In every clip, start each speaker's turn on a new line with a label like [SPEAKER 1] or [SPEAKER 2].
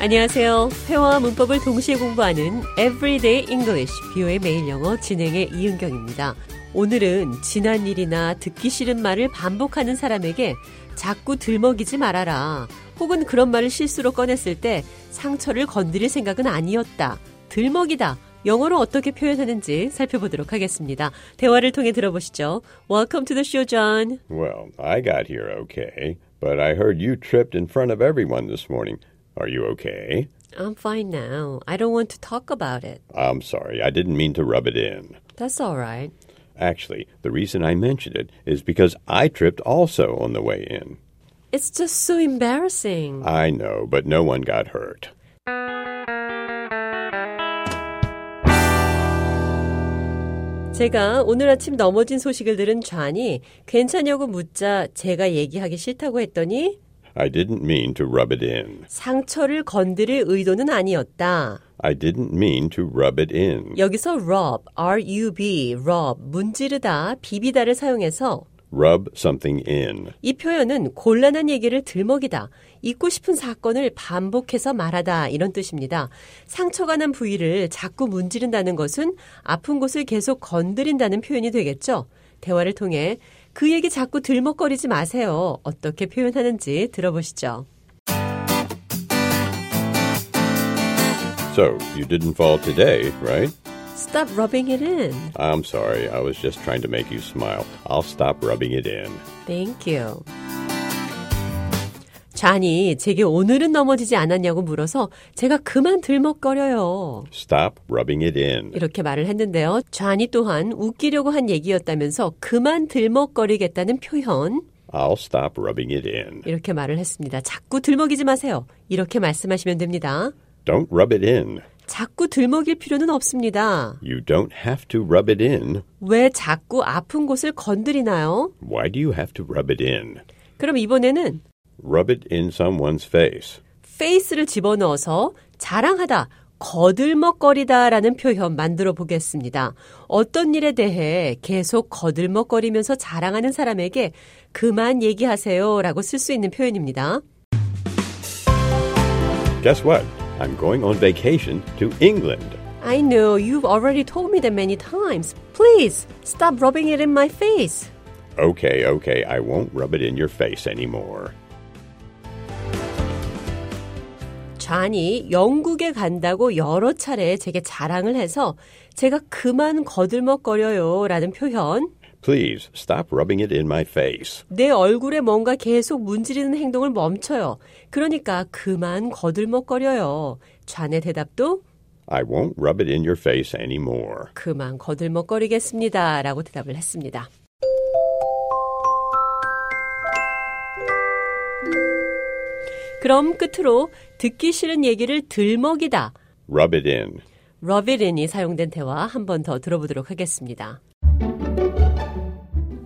[SPEAKER 1] 안녕하세요. 회화와 문법을 동시에 공부하는 Everyday English, 비오의 매일 영어 진행의 이은경입니다. 오늘은 지난 일이나 듣기 싫은 말을 반복하는 사람에게 자꾸 들먹이지 말아라. 혹은 그런 말을 실수로 꺼냈을 때 상처를 건드릴 생각은 아니었다. 들먹이다. 영어로 어떻게 표현하는지 살펴보도록 하겠습니다. 대화를 통해 들어보시죠. Welcome to the show, John.
[SPEAKER 2] Well, I got here okay, but I heard you tripped in front of everyone this morning. Are you okay?
[SPEAKER 1] I'm fine now. I don't want to talk about it.
[SPEAKER 2] I'm sorry, I didn't mean to rub it in.
[SPEAKER 1] That's all right.
[SPEAKER 2] Actually, the reason I mentioned it is because I tripped also on the way in.
[SPEAKER 1] It's just so embarrassing.
[SPEAKER 2] I know, but no one got hurt.
[SPEAKER 1] 제가 오늘 아침 넘어진 소식을 들은 좌니 괜찮냐고 묻자 제가 얘기하기 싫다고 했더니
[SPEAKER 2] I didn't mean to rub it in.
[SPEAKER 1] 상처를 건드릴 의도는 아니었다.
[SPEAKER 2] I didn't mean to rub it in.
[SPEAKER 1] 여기서 rub, r-u-b, rub, 문지르다, 비비다를 사용해서
[SPEAKER 2] Rub something in.
[SPEAKER 1] 이 표현은 곤란한 얘기를 들먹이다, 잊고 싶은 사건을 반복해서 말하다 이런 뜻입니다. 상처가 난 부위를 자꾸 문지른다는 것은 아픈 곳을 계속 건드린다는 표현이 되겠죠. 대화를 통해 그 얘기 자꾸 들먹거리지 마세요. 어떻게 표현하는지 들어보시죠.
[SPEAKER 2] So, you didn't fall today, right?
[SPEAKER 1] Stop rubbing it in.
[SPEAKER 2] I'm sorry, I was just trying to make you smile. I'll stop rubbing it in.
[SPEAKER 1] Thank you. 잔이 제게 오늘은 넘어지지 않았냐고 물어서 제가 그만 들먹거려요.
[SPEAKER 2] Stop rubbing it in.
[SPEAKER 1] 이렇게 말을 했는데요. 잔이 또한 웃기려고 한 얘기였다면서 그만 들먹거리겠다는 표현
[SPEAKER 2] I'll stop rubbing it in.
[SPEAKER 1] 이렇게 말을 했습니다. 자꾸 들먹이지 마세요. 이렇게 말씀하시면 됩니다.
[SPEAKER 2] Don't rub it in.
[SPEAKER 1] 자꾸 들먹일 필요는 없습니다.
[SPEAKER 2] You don't have to rub it in.
[SPEAKER 1] 왜 자꾸 아픈 곳을 건드리나요?
[SPEAKER 2] Why do you have to rub it in?
[SPEAKER 1] 그럼 이번에는
[SPEAKER 2] Rub it in someone's face.
[SPEAKER 1] 페이스를 집어넣어서 자랑하다, 거들먹거리다라는 표현 만들어 보겠습니다. 어떤 일에 대해 계속 거들먹거리면서 자랑하는 사람에게 그만 얘기하세요라고 쓸 수 있는 표현입니다.
[SPEAKER 2] Guess what? I'm going on vacation to England.
[SPEAKER 1] I know you've already told me that many times. Please stop rubbing it in my face.
[SPEAKER 2] Okay, okay, I won't rub it in your face anymore.
[SPEAKER 1] 좌니 영국에 간다고 여러 차례 제게 자랑을 해서 제가 그만 거들먹거려요라는 표현
[SPEAKER 2] Please stop rubbing it in my face.
[SPEAKER 1] 내 얼굴에 뭔가 계속 문지르는 행동을 멈춰요. 그러니까 그만 거들먹거려요. 좌의 대답도
[SPEAKER 2] I won't rub it in your face anymore.
[SPEAKER 1] 그만 거들먹거리겠습니다. 라고 대답을 했습니다. 그럼 끝으로 듣기 싫은 얘기를 들먹이다.
[SPEAKER 2] Rub it in.
[SPEAKER 1] rub it in이 사용된 대화 한 번 더 들어보도록 하겠습니다.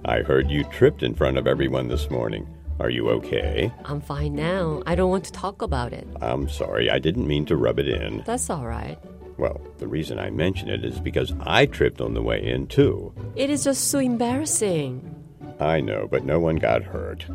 [SPEAKER 2] I heard you tripped in front of everyone this morning. Are you okay?
[SPEAKER 1] I'm fine now. I don't want to talk about it.
[SPEAKER 2] I'm sorry, I didn't mean to rub it in.
[SPEAKER 1] That's alright.
[SPEAKER 2] Well, the reason I mention it is because I tripped on the way in, too.
[SPEAKER 1] It is just so embarrassing.
[SPEAKER 2] I know, but no one got hurt.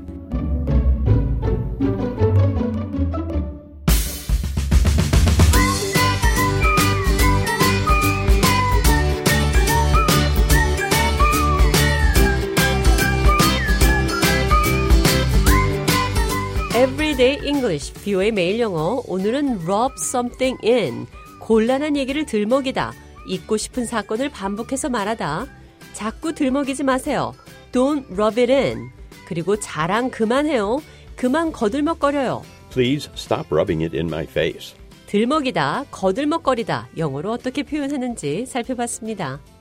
[SPEAKER 1] Everyday English, 뷰의 매일 영어. 오늘은 rub something in. 곤란한 얘기를 들먹이다. 잊고 싶은 사건을 반복해서 말하다. 자꾸 들먹이지 마세요. Don't rub it in. 그리고 자랑 그만해요. 그만 거들먹거려요.
[SPEAKER 2] Please stop rubbing it in my face.
[SPEAKER 1] 들먹이다, 거들먹거리다. 영어로 어떻게 표현하는지 살펴봤습니다.